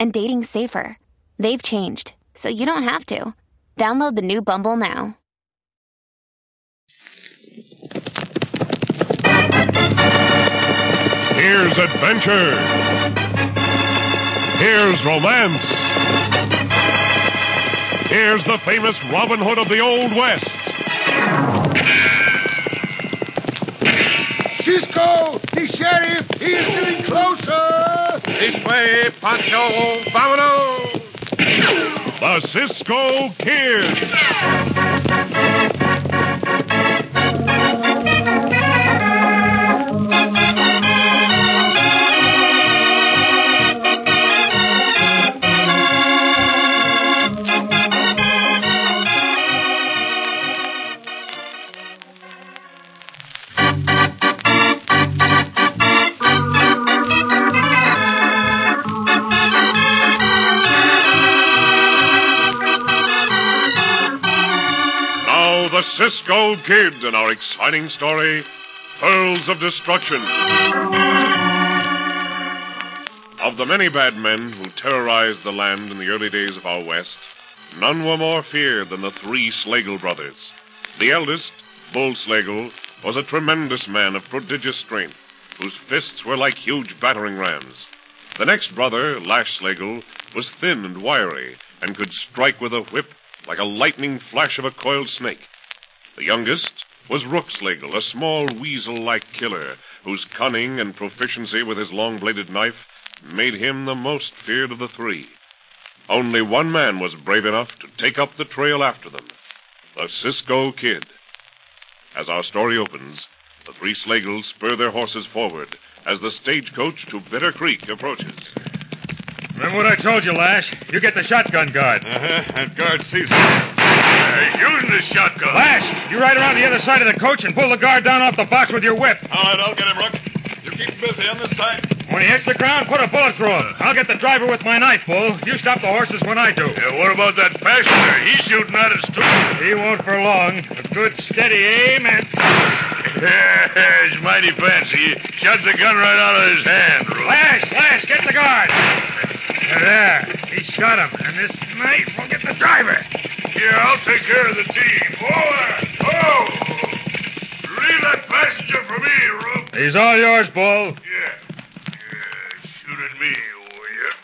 and dating safer. They've changed, so you don't have to. Download the new Bumble now. Here's adventure. Here's romance. Here's the famous Robin Hood of the Old West. Cisco, the sheriff, he is getting closer. This way, Pancho, vámonos. The Cisco Kid. Now, the Cisco Kid in our exciting story Pearls of Destruction. Of the many bad men who terrorized the land in the early days of our West, none were more feared than the three Slagle brothers. The eldest, Bull Slagle, was a tremendous man of prodigious strength, whose fists were like huge battering rams. The next brother, Lash Slagle, was thin and wiry, and could strike with a whip like a lightning flash of a coiled snake. The youngest was Rook Slagle, a small weasel like killer, whose cunning and proficiency with his long bladed knife made him the most feared of the three. Only one man was brave enough to take up the trail after them the Cisco Kid. As our story opens, the three Slagles spur their horses forward as the stagecoach to Bitter Creek approaches. Remember what I told you, Lash? You get the shotgun guard. Uh-huh. And guard sees He's using the shotgun. Lash, you ride around the other side of the coach and pull the guard down off the box with your whip. All right, I'll get him, Rook. You keep busy on this side. When he hits the ground, put a bullet through him. I'll get the driver with my knife, Bull. You stop the horses when I do. Yeah, what about that passenger? He's shooting at us, too. He won't for long. A good steady aim and... He's mighty fancy. He shot the gun right out of his hand, Lash, Lash, get the guard. There, he shot him. And this knife will get the driver. Here, I'll take care of the team. Over! Oh! Leave that passenger for me, Rook. He's all yours, Bull. Yeah. yeah. Shoot at me, will you?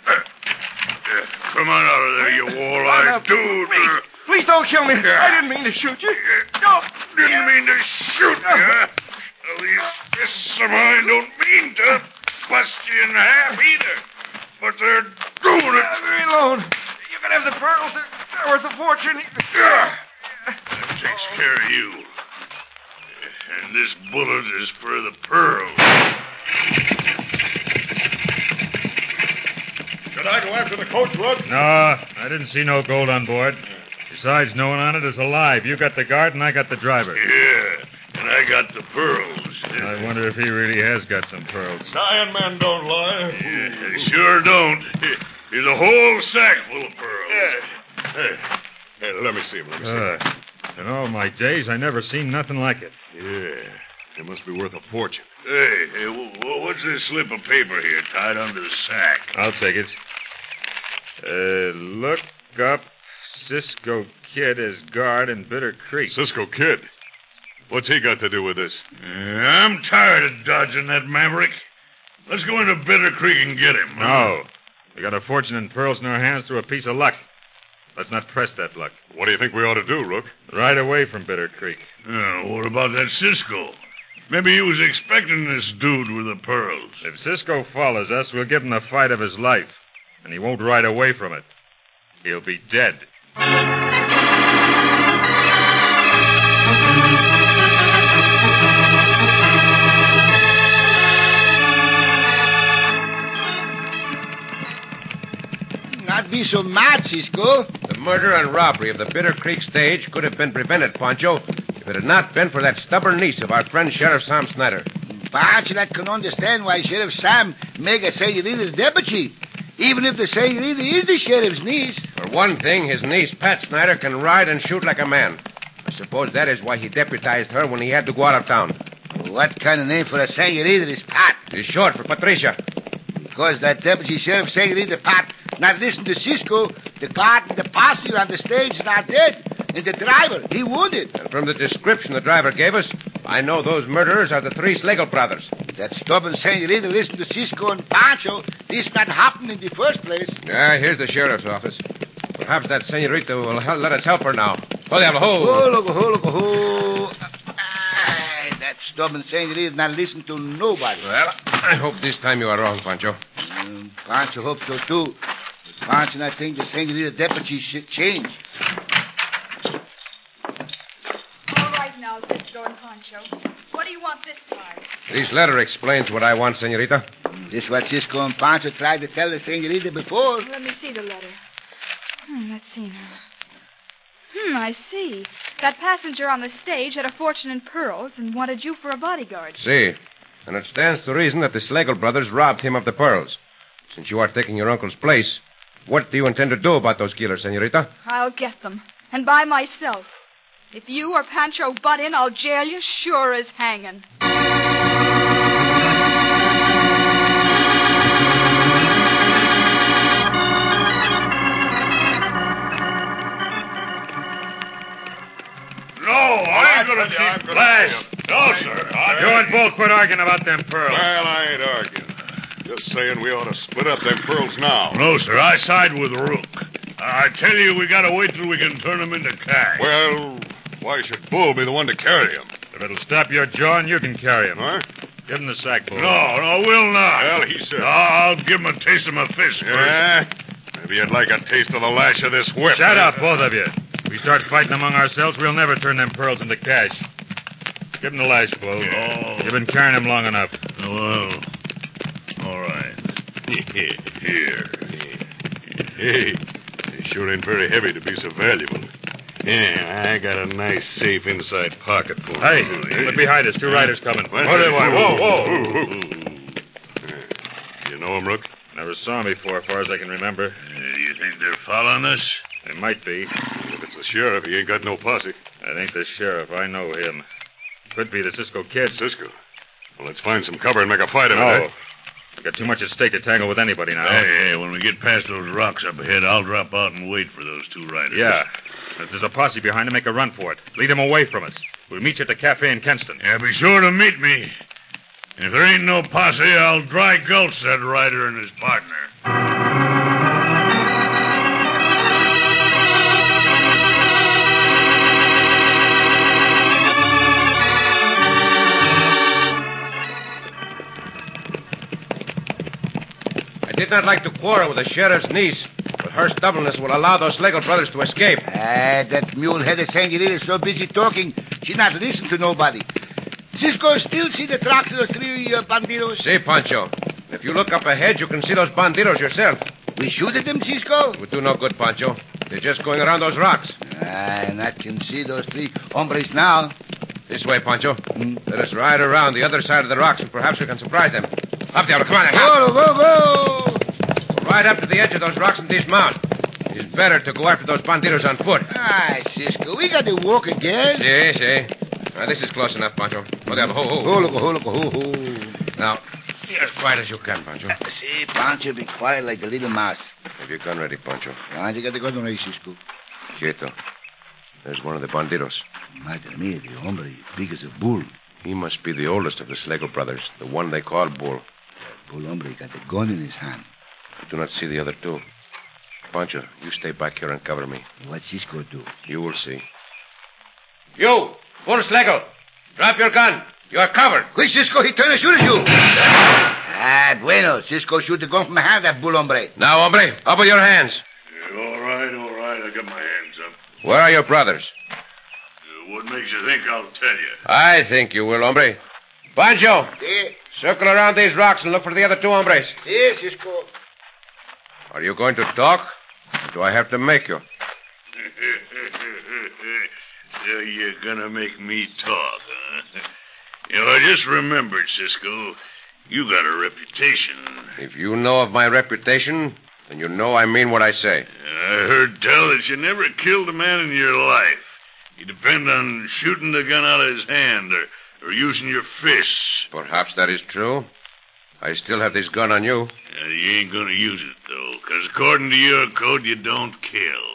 Yeah. Come on out of there, you wall-eyed dude. Please, please don't kill me. I didn't mean to shoot you. Yeah. Didn't mean to shoot you. huh? These fists of mine don't mean to bust you in half either. But they're doing it. Leave me alone. You can have the pearls. They're, they're worth a fortune. Yeah. That takes care of you. And this bullet is for the pearl. Should I go after the coach, Rook? No, I didn't see no gold on board. Besides, no one on it is alive. You got the guard and I got the driver. Yeah. And I got the pearls. I wonder if he really has got some pearls. Lion men don't lie. sure don't. Here's a whole sack full of pearls. Hey, hey, let me see him. Let me see him. Uh, in all my days, I never seen nothing like it. Yeah, it must be worth a fortune. Hey, hey wh- wh- what's this slip of paper here tied under the sack? I'll take it. Uh, look up Cisco Kid as guard in Bitter Creek. Cisco Kid. What's he got to do with this? I'm tired of dodging that maverick. Let's go into Bitter Creek and get him. No. We got a fortune in pearls in our hands through a piece of luck. Let's not press that luck. What do you think we ought to do, Rook? Right away from Bitter Creek. what about that Cisco? Maybe he was expecting this dude with the pearls. If Cisco follows us, we'll give him the fight of his life. And he won't ride away from it. He'll be dead. I Not be so mad, Cisco. The murder and robbery of the Bitter Creek stage could have been prevented, Pancho, if it had not been for that stubborn niece of our friend Sheriff Sam Snyder. Perhaps that can understand why Sheriff Sam make a senorita's deputy, even if the senorita is the sheriff's niece. For one thing, his niece, Pat Snyder, can ride and shoot like a man. I suppose that is why he deputized her when he had to go out of town. What kind of name for a senorita is Pat? It's short for Patricia. Because that deputy sheriff senorita Pat not listen to Cisco, the guard, the pastor on the stage is not dead, and the driver, he wounded. And from the description the driver gave us, I know those murderers are the three Slagle brothers. That stubborn senorita listen to Cisco and Pancho. This not happened in the first place. Ah, here's the sheriff's office. Perhaps that senorita will hel- let us help her now. Oh, they have a Ho, hole. look, ho, look, ho. Ah, that stubborn senorita not listen to nobody. Well, I hope this time you are wrong, Pancho. Mm, Pancho hope so too. But Pancho not think the senorita deputy should change. All right now, Cisco and Poncho. What do you want this time? This letter explains what I want, senorita. This what Cisco and Pancho tried to tell the senorita before. Let me see the letter. Hmm, let's see now. Hmm, I see. That passenger on the stage had a fortune in pearls and wanted you for a bodyguard. See. And it stands to reason that the Slagle brothers robbed him of the pearls. Since you are taking your uncle's place, what do you intend to do about those killers, senorita? I'll get them. And by myself. If you or Pancho butt in, I'll jail you sure as hanging. No, I ain't gonna I'm see gonna Flash. see him. No, sir. I- You and Bull quit arguing about them pearls. Well, I ain't arguing. Just saying we ought to split up them pearls now. No, sir. I side with Rook. I tell you, we gotta wait till we can turn them into cash. Well, why should Bull be the one to carry them? If it'll stop your jawing, you can carry him. Huh? Give him the sack, Bull. No, no, we'll not. Well, he said- I'll give him a taste of my fist first. Yeah? Maybe you'd like a taste of the lash of this whip. Shut up, both of you. We start fighting among ourselves, we'll never turn them pearls into cash. Give him the lash, Bull. Oh. You've been carrying him long enough. Well, all right. Here. Hey, they sure ain't very heavy to be so valuable. Yeah, I got a nice, safe inside pocket for 'em. Hey, look behind us. Two riders coming. Well, Whoa, there, why, whoa, whoa. whoa. You know him, Rook? Never saw him before, as far as I can remember. Uh, You think they're following us? They might be. If it's the sheriff, he ain't got no posse. I think the sheriff. I know him. Could be the Cisco Kid. Cisco. Well, let's find some cover and make a fight of it. No. eh? We got too much at stake to tangle with anybody now. Hey, hey, when we get past those rocks up ahead, I'll drop out and wait for those two riders. Yeah. If there's a posse behind him, make a run for it. Lead him away from us. We'll meet you at the cafe in Kenston. Yeah, be sure to meet me. If there ain't no posse, I'll dry gulch that rider and his partner. I did not like to quarrel with the sheriff's niece, but her stubbornness will allow those Slagle brothers to escape. Ah, that mule-headed senorita is so busy talking, she not listen to nobody. Cisco still see the tracks of the three uh, bandidos. See, Pancho, if you look up ahead, you can see those banditos yourself. We shoot at them, Cisco? It would do no good, Pancho. They're just going around those rocks. Ah, and I can see those three hombres now. Mm. This way, Pancho. Let us ride around the other side of the rocks, and perhaps we can surprise them. Up, Diablo, come on, and help. Go, go, go! Ride up to the edge of those rocks and dismount. It's better to go after those banditos on foot. Ah, Cisco, we got to walk again. See, see. Now, this is close enough, Pancho. Oh, Diablo, ho, ho, Ho, ho. look, ho, look, ho, ho. Now, be as quiet as you can, Pancho. See, Pancho, be quiet like a little mouse. Have your gun ready, Pancho. Pancho got to go to race, Cisco. Quieto. There's one of the banditos. Madre mia, the hombre, big as a bull. He must be the oldest of the Slagle brothers, the one they call Bull. Bull hombre got a gun in his hand. I do not see the other two. Pancho, you stay back here and cover me. What Cisco do? You will see. You, Bull Slagle, drop your gun. You are covered. Quick, Cisco, he turn and shoot at you. Ah, bueno. Cisco shoot the gun from the hand, that bull hombre. Now, hombre, up with your hands. all right, all right. I got my hands up. Where are your brothers? what makes you think I'll tell you? I think you will, hombre. Pancho, See? circle around these rocks and look for the other two hombres. See, Cisco. Are you going to talk? Do I have to make you? so you're gonna make me talk, huh? You know, I just remembered, Cisco, you got a reputation. If you know of my reputation, then you know I mean what I say. I heard tell that you never killed a man in your life. You depend on shooting the gun out of his hand or, or using your fists. Perhaps that is true. I still have this gun on you. Uh, you ain't gonna use it, though, 'cause according to your code, you don't kill.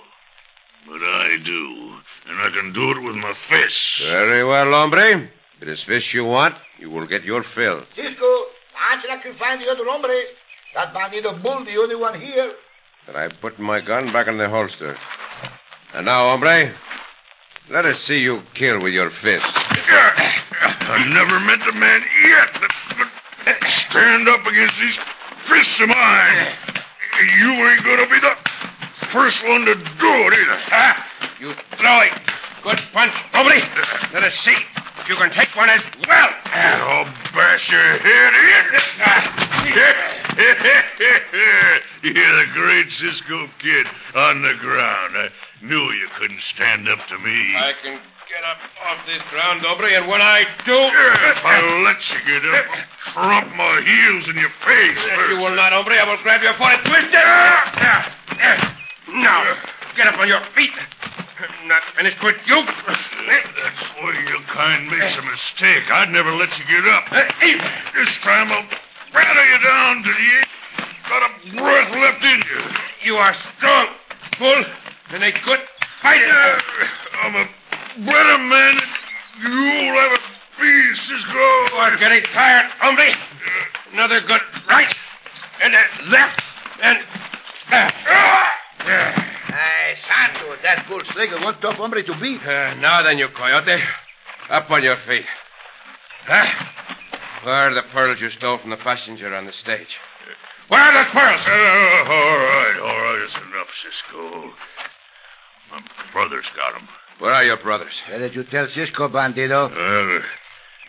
But I do, and I can do it with my fists. Very well, hombre. It is fish you want. You will get your fill. Cisco, answer I can find the other hombre. That bandito bull, the only one here. Then I put my gun back in the holster. And now, hombre, let us see you kill with your fist. I never met a man yet that would stand up against these fists of mine. You ain't gonna be the first one to do it either. Ah, you throw it. Good punch, hombre. Let us see if you can take one as well. I'll bash your head in. You're the great Cisco kid on the ground. I knew you couldn't stand up to me. I can get up off this ground, hombre, and when I do, If I let you get up, I'll trump my heels in your face. If you will not, hombre, I will grab your forehead, twist it. Now, get up on your feet. I'm not finished with you. That's where your kind makes a mistake. I'd never let you get up. This time I'll batter you down till you ain't got a breath left in you. You are strong, bull, and a good fighter. I'm a better man than you'll ever be, Cisco. You are getting tired, hombre. Another good right, and a left, and. uh, Hey, Santo, that bull Slager, one tough hombre to beat. Uh, now then, you coyote. Up on your feet. Huh? Where are the pearls you stole from the passenger on the stage? Where are the pearls? Uh, all right, all right, it's enough, Cisco. My brother's got 'em. Where are your brothers? Where did you tell Cisco, bandito? Well,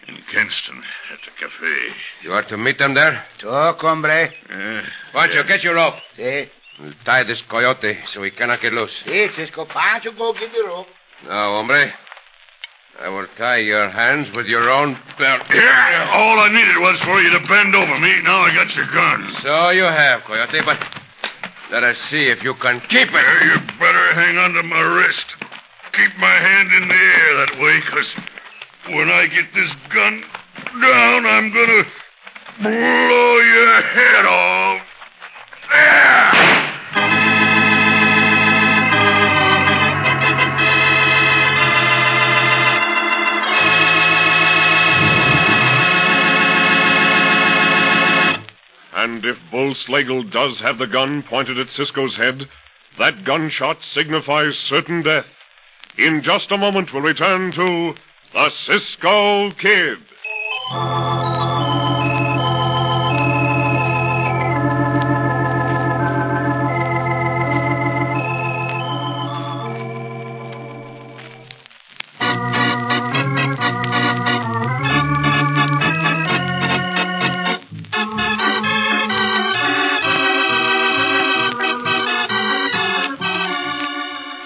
in Kinston, at the cafe. You are to meet them there? Talk, hombre. Uh, Pancho, get your rope. See? We'll tie this coyote so he cannot get loose. See, Cisco, Pancho, go get the rope. Now, hombre, I will tie your hands with your own belt. Yeah, all I needed was for you to bend over me. Now I got your guns. So you have, coyote, but let us see if you can keep it. Yeah, you better hang on to my wrist. Keep my hand in the air that way, 'cause when I get this gun down, I'm gonna blow your head off. Ah! There! And if Bull Slagle does have the gun pointed at Cisco's head, that gunshot signifies certain death. In just a moment, we'll return to the Cisco Kid.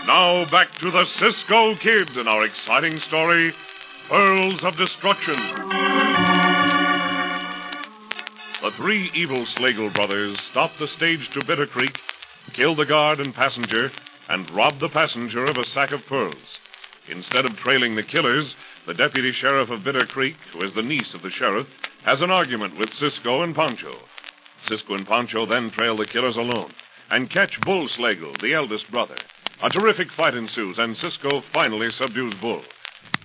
Now back to the Cisco Kid and our exciting story, Pearls of Destruction. The three evil Slagle brothers stop the stage to Bitter Creek, kill the guard and passenger, and rob the passenger of a sack of pearls. Instead of trailing the killers, the deputy sheriff of Bitter Creek, who is the niece of the sheriff, has an argument with Cisco and Pancho. Cisco and Pancho then trail the killers alone and catch Bull Slagle, the eldest brother. A terrific fight ensues, and Cisco finally subdues Bull.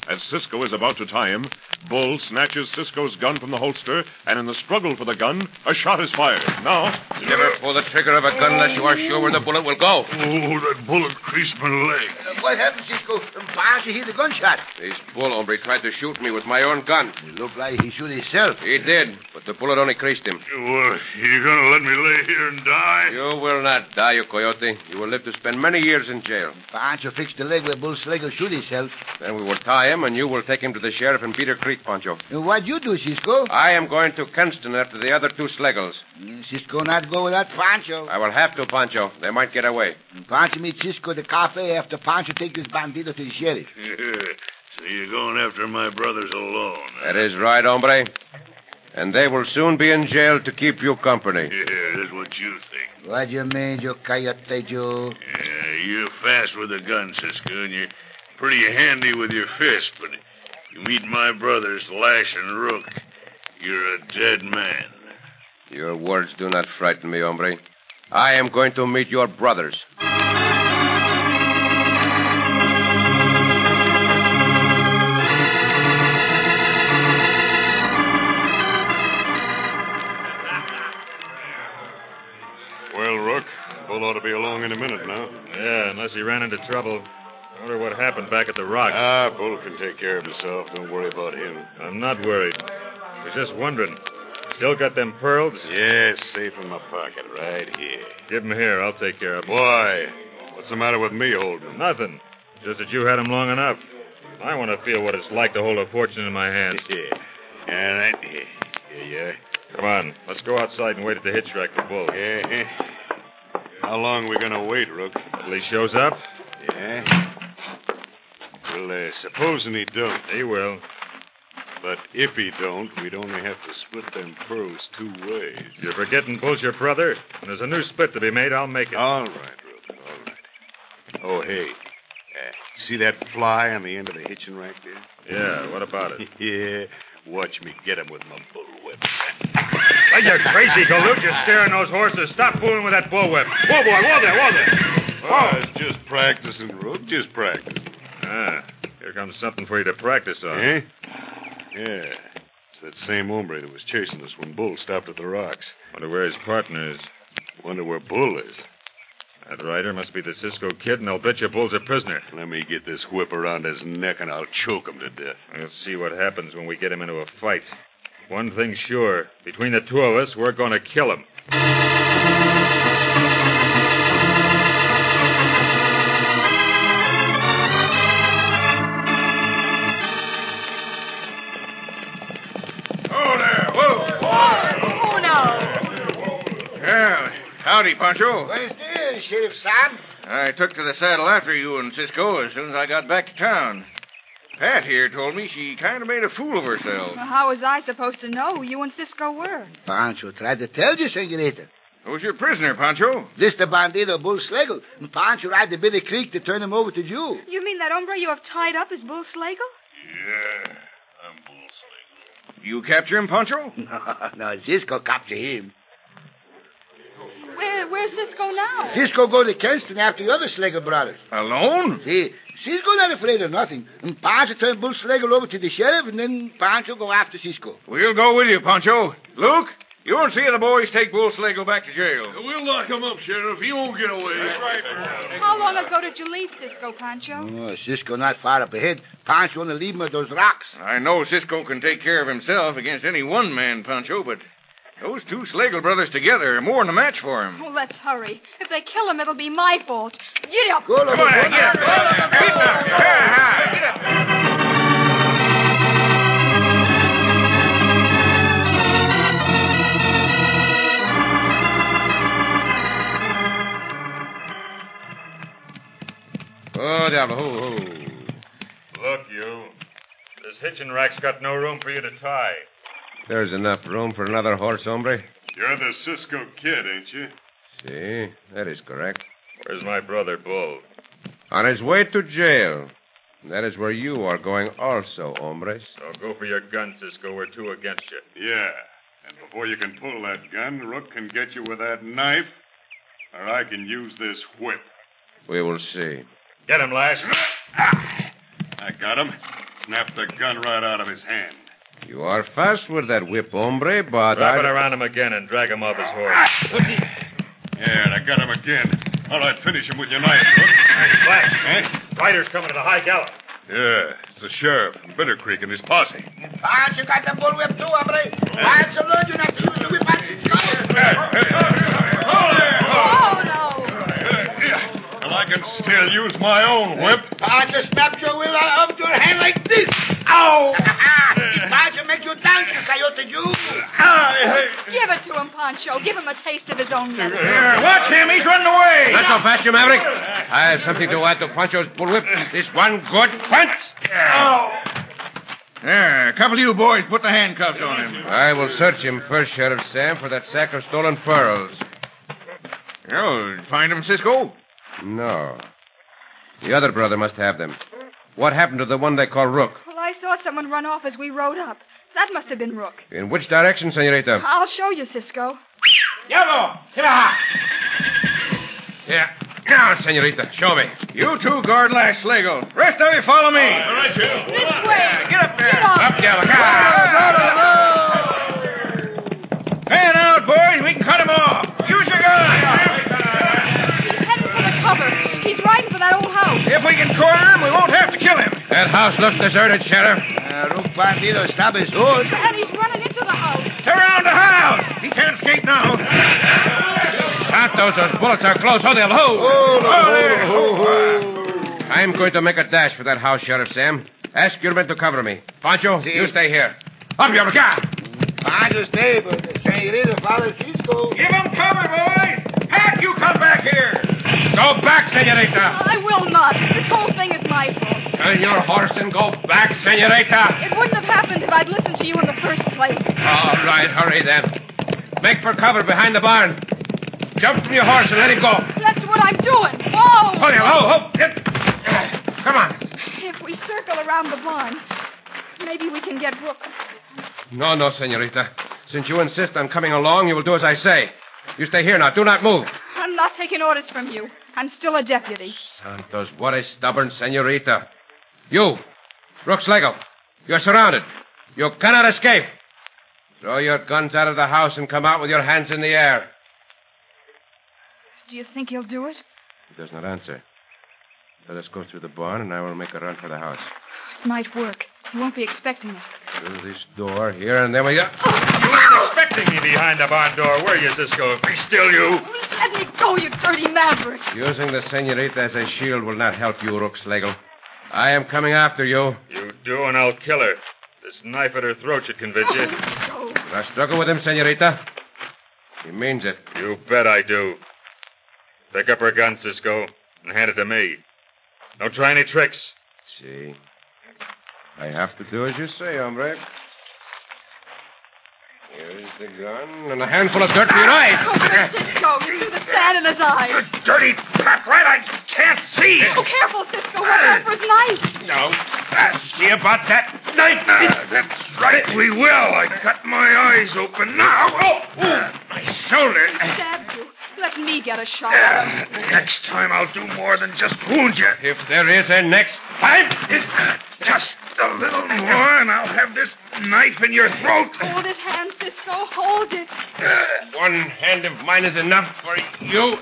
As Cisco is about to tie him, Bull snatches Cisco's gun from the holster, and in the struggle for the gun, a shot is fired. Now, Never pull the trigger of a gun unless you are sure where the bullet will go. Oh, that bullet creased my leg. Uh, What happened, Cisco? Pancho hear the gunshot. This bull hombre tried to shoot me with my own gun. It looked like he shoot himself. He did, but the bullet only creased him. Well, you gonna let me lay here and die? You will not die, you coyote. You will live to spend many years in jail. Pancho fixed the leg where Bull Slagle shoot himself. Then we will tie him him, and you will take him to the sheriff in Peter Creek, Pancho. And what you do, Cisco? I am going to Kinston after the other two Slegels. Mm, Cisco not go without Pancho. I will have to, Pancho. They might get away. Pancho meet Cisco at the cafe after Pancho take this bandito to the sheriff. so you're going after my brothers alone. huh? That is right, hombre. And they will soon be in jail to keep you company. Yeah, that's what you think. What you mean, you coyote, Joe? Yeah, you're fast with a gun, Cisco, and you're pretty handy with your fist, but you meet my brothers, Lash and Rook, you're a dead man. Your words do not frighten me, hombre. I am going to meet your brothers. Well, Rook, Bull ought to be along in a minute now. Yeah, unless he ran into trouble. I wonder what happened back at the rock. Ah, Bull can take care of himself. Don't worry about him. I'm not worried. I was just wondering. Still got them pearls? Yes, safe in my pocket, right here. Give 'em here. I'll take care of 'em. Why? What's the matter with me, Holden? Nothing. Just that you had 'em long enough. I want to feel what it's like to hold a fortune in my hand. All right. Here you are. Come on. Let's go outside and wait at the hitch rack for Bull. Yeah. How long are we going to wait, Rook? Till he shows up, Yeah. Well, uh, supposing he don't. he will. But if he don't, we'd only have to split them pearls two ways. You're forgetting Bull's your brother, and there's a new split to be made. I'll make it. All right, Rook. All right. Oh, hey. Uh, see that fly on the end of the hitching rack there? Yeah, what about it? yeah. Watch me get him with my bullwhip. Why, you crazy galoot. You're scaring those horses. Stop fooling with that bullwhip. Whoa, boy. Whoa there. Whoa there. Oh, it's just practicing, Rook. Just practicing. Ah, here comes something for you to practice on. Eh? Yeah. It's that same hombre that was chasing us when Bull stopped at the rocks. Wonder where his partner is. Wonder where Bull is. That rider must be the Cisco kid, and I'll bet you Bull's a prisoner. Let me get this whip around his neck and I'll choke him to death. We'll see what happens when we get him into a fight. One thing's sure. Between the two of us, we're going to kill him. Oh, there. Whoa. Oh, no. Well, howdy, Pancho. What is this, Sheriff Sam? I took to the saddle after you and Cisco as soon as I got back to town. Pat here told me she kind of made a fool of herself. Well, how was I supposed to know who you and Cisco were? Pancho tried to tell you, senorita. Who's your prisoner, Pancho? This the bandito Bull Schlegel. And Pancho ride to Billy Creek to turn him over to you. You mean that hombre you have tied up is Bull Slagle? Yeah, I'm Bull Slinger. You capture him, Pancho? No, no, Cisco capture him. Where, where's Cisco now? Cisco go to Kinston after the other Schlegel brothers. Alone? See, Cisco not afraid of nothing. And Pancho turn Bull Schlegel over to the sheriff, and then Pancho go after Cisco. We'll go with you, Pancho. Luke, you'll see the boys take Bull Slagle back to jail. We'll lock him up, Sheriff. He won't get away. That's right. How long ago did you leave Cisco, Pancho? Oh, Cisco not far up ahead. Pancho wanna leave him at those rocks. I know Cisco can take care of himself against any one man, Pancho, but those two Slagle brothers together are more than a match for him. Oh, let's hurry. If they kill him, it'll be my fault. Get up. Go, Lobo, go. Oh, diablo. Ho, ho. Look, you. This hitching rack's got no room for you to tie. There's enough room for another horse, hombre. You're the Cisco kid, ain't you? See, that is correct. Where's my brother, Bull? On his way to jail. That is where you are going also, hombres. So go for your gun, Cisco. We're two against you. Yeah. And before you can pull that gun, Rook can get you with that knife, or I can use this whip. We will see. Get him, Lash. I got him. Snapped the gun right out of his hand. You are fast with that whip, hombre, but Wrap it I... around him again and drag him off his horse. Yeah, and I got him again. All right, finish him with your knife, Rook. Lash, Eh? rider's coming at a high gallop. Yeah, it's the sheriff from Bitter Creek and his posse. Pancho got the bullwhip too, hombre. Pancho learned you not to use the whip on Cisco. Hey, hey, hey, hey, hey, hey, hey, hey, hey, Oh, no. Hey, hey, hey. Now I can still use my own whip. I just snapped your will out of your hand like this. Ow! It's hard to make you dance, you coyote, you. Give it to him, Pancho. Give him a taste of his own medicine. Watch him. He's running away. Not so fast, you maverick. I have something to add to Pancho's bullwhip. This one good punch. There, a couple of you boys put the handcuffs on him. I will search him first, Sheriff Sam, for that sack of stolen pearls. Well, Oh, find him, Cisco. No. The other brother must have them. What happened to the one they call Rook? Well, I saw someone run off as we rode up. That must have been Rook. In which direction, senorita? I'll show you, Cisco. Yellow! Yeah. Now, senorita, show me. You two guard last Sligo. Rest of you follow me. All right, you. This way. Get up there. Get up. Up, Yellow. Ah. Man out, boys. We can cut him off. Use your gun. He's heading for the cover. He's riding for that old house. If we can corner him, we won't have to kill him. That house looks deserted, Sheriff. Uh, Rook Bandido stop his horse. And he's running into the house. Surround the house. He can't escape now. Santos, those bullets are close. Oh, they'll hold. I'm going to make a dash for that house, Sheriff Sam. Ask your men to cover me. Pancho, you stay here. Up, your car. I just say, but Senorita Father Cisco. Give him cover, boys. Pat, you come back here. Go back, senorita. I will not. This whole thing is my fault. Turn your horse and go back, senorita. It wouldn't have happened if I'd listened to you in the first place. All right, hurry then. Make for cover behind the barn. Jump from your horse and let him go. That's what I'm doing. Whoa! Hurry, oh, oh, yep. Come on. If we circle around the barn, maybe we can get Rook. No, no, senorita. Since you insist on coming along, you will do as I say. You stay here now. Do not move. I'm not taking orders from you. I'm still a deputy. Santos, what a stubborn senorita. You, Brooks Lego, you're surrounded. You cannot escape. Throw your guns out of the house and come out with your hands in the air. Do you think he'll do it? He does not answer. Let us go through the barn, and I will make a run for the house. It might work. You won't be expecting it. Through this door here, and then we. You weren't expecting me behind the barn door, were you, Cisco? Be still, you. Let me go, you dirty maverick. Using the senorita as a shield will not help you, Rookslegel. I am coming after you. You do, and I'll kill her. This knife at her throat should convince you. Oh, no. Now struggle with him, senorita. He means it. You bet I do. Pick up her gun, Cisco, and hand it to me. Don't try any tricks. See. I have to do as you say, hombre. Here's the gun and a handful of dirt for your Oh, eyes. Cisco, you see the sand in his eyes. Dirty cockrat, I can't see. Oh, careful, Cisco. Watch out for his knife. No. see about that knife. Ah, that's right. We will. I cut my eyes open now. Oh, Ah. my shoulder. Stabbed you. Let me get a shot at him. Next time I'll do more than just wound you. If there is a next Time. Just a little more, and I'll have this knife in your throat. Hold his hand, Cisco. Hold it. One hand of mine is enough for you.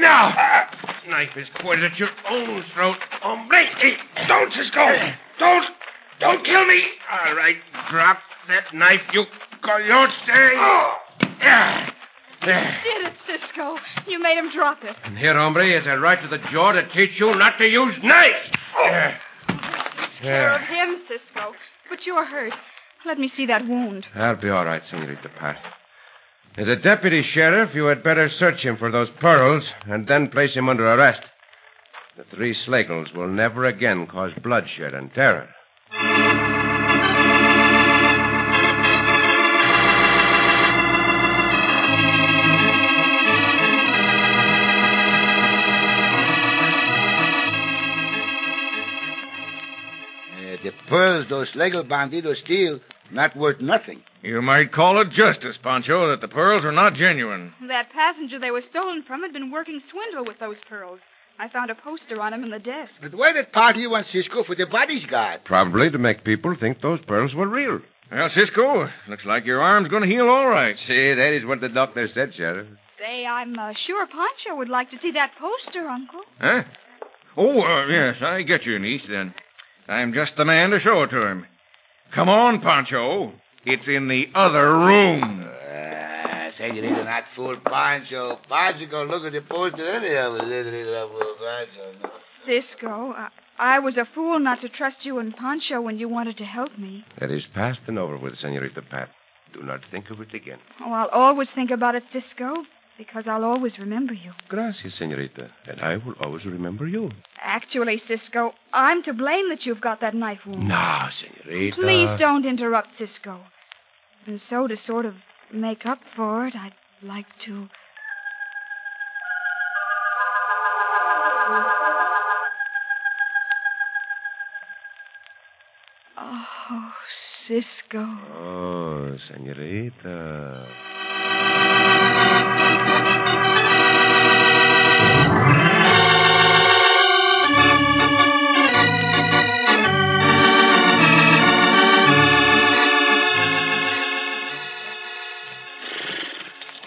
Now, knife is pointed at your own throat, hombre. Don't, Cisco. Don't, don't kill me. All right, drop that knife, you coyote. Ah. There. Did it, Cisco. You made him drop it. And here, hombre, is a right to the jaw to teach you not to use knives. There. Care of him, Cisco. But you're hurt. Let me see that wound. I'll be all right, Senorita Pat. As a deputy sheriff, you had better search him for those pearls and then place him under arrest. The three Slagles will never again cause bloodshed and terror. Uh, the pearls those legal bandidos steal, not worth nothing. You might call it justice, Pancho, that the pearls are not genuine. That passenger they were stolen from had been working swindle with those pearls. I found a poster on him in the desk. But why that party want Cisco for the bodyguard? Probably to make people think those pearls were real. Well, Cisco, looks like your arm's going to heal all right. See, that is what the doctor said, Sheriff. Say, I'm uh, sure Pancho would like to see that poster, Uncle. Huh? Oh, uh, yes, I get you, niece, then. I'm just the man to show it to him. Come on, Pancho. It's in the other room. Uh, Figured it in that fool Pancho. Pancho gonna look at the poster anyhow. with it in that fool Pancho. Cisco, I, I was a fool not to trust you and Pancho when you wanted to help me. That is past and over with, Senorita Pat. Do not think of it again. Oh, I'll always think about it, Cisco, because I'll always remember you. Gracias, Senorita. And I will always remember you. Actually, Cisco, I'm to blame that you've got that knife wound. No, Senorita. Please don't interrupt, Cisco. And so, to sort of make up for it, I'd like to. Oh, Cisco. Oh, Senorita.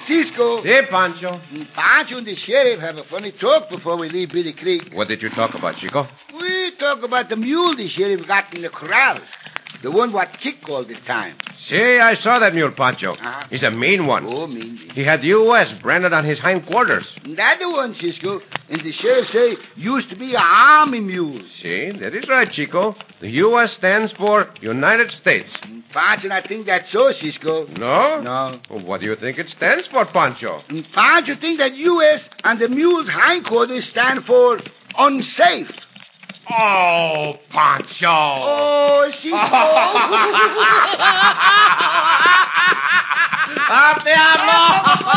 Cisco. Hey, Pancho. Pancho and the sheriff have a funny talk before we leave Billy Creek. What did you talk about, Chico? We talk about the mule the sheriff got in the corral. The one what kicked all the time. See, I saw that mule, Pancho. He's a mean one. Oh, mean. He had U.S. branded on his hindquarters. That the one, Cisco, and the sheriff say used to be a army mule. See, that is right, Chico. The U.S. stands for United States. Pancho, I think that's so, Cisco. No? No. What do you think it stands for, Pancho? Pancho think that U.S. and the mule's hindquarters stand for unsafe. Oh, Pancho. Oh, she's Up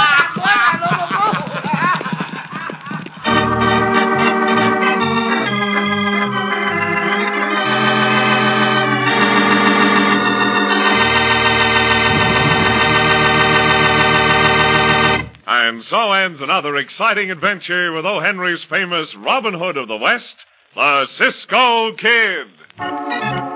And so ends another exciting adventure with O. Henry's famous Robin Hood of the West, the Cisco Kid.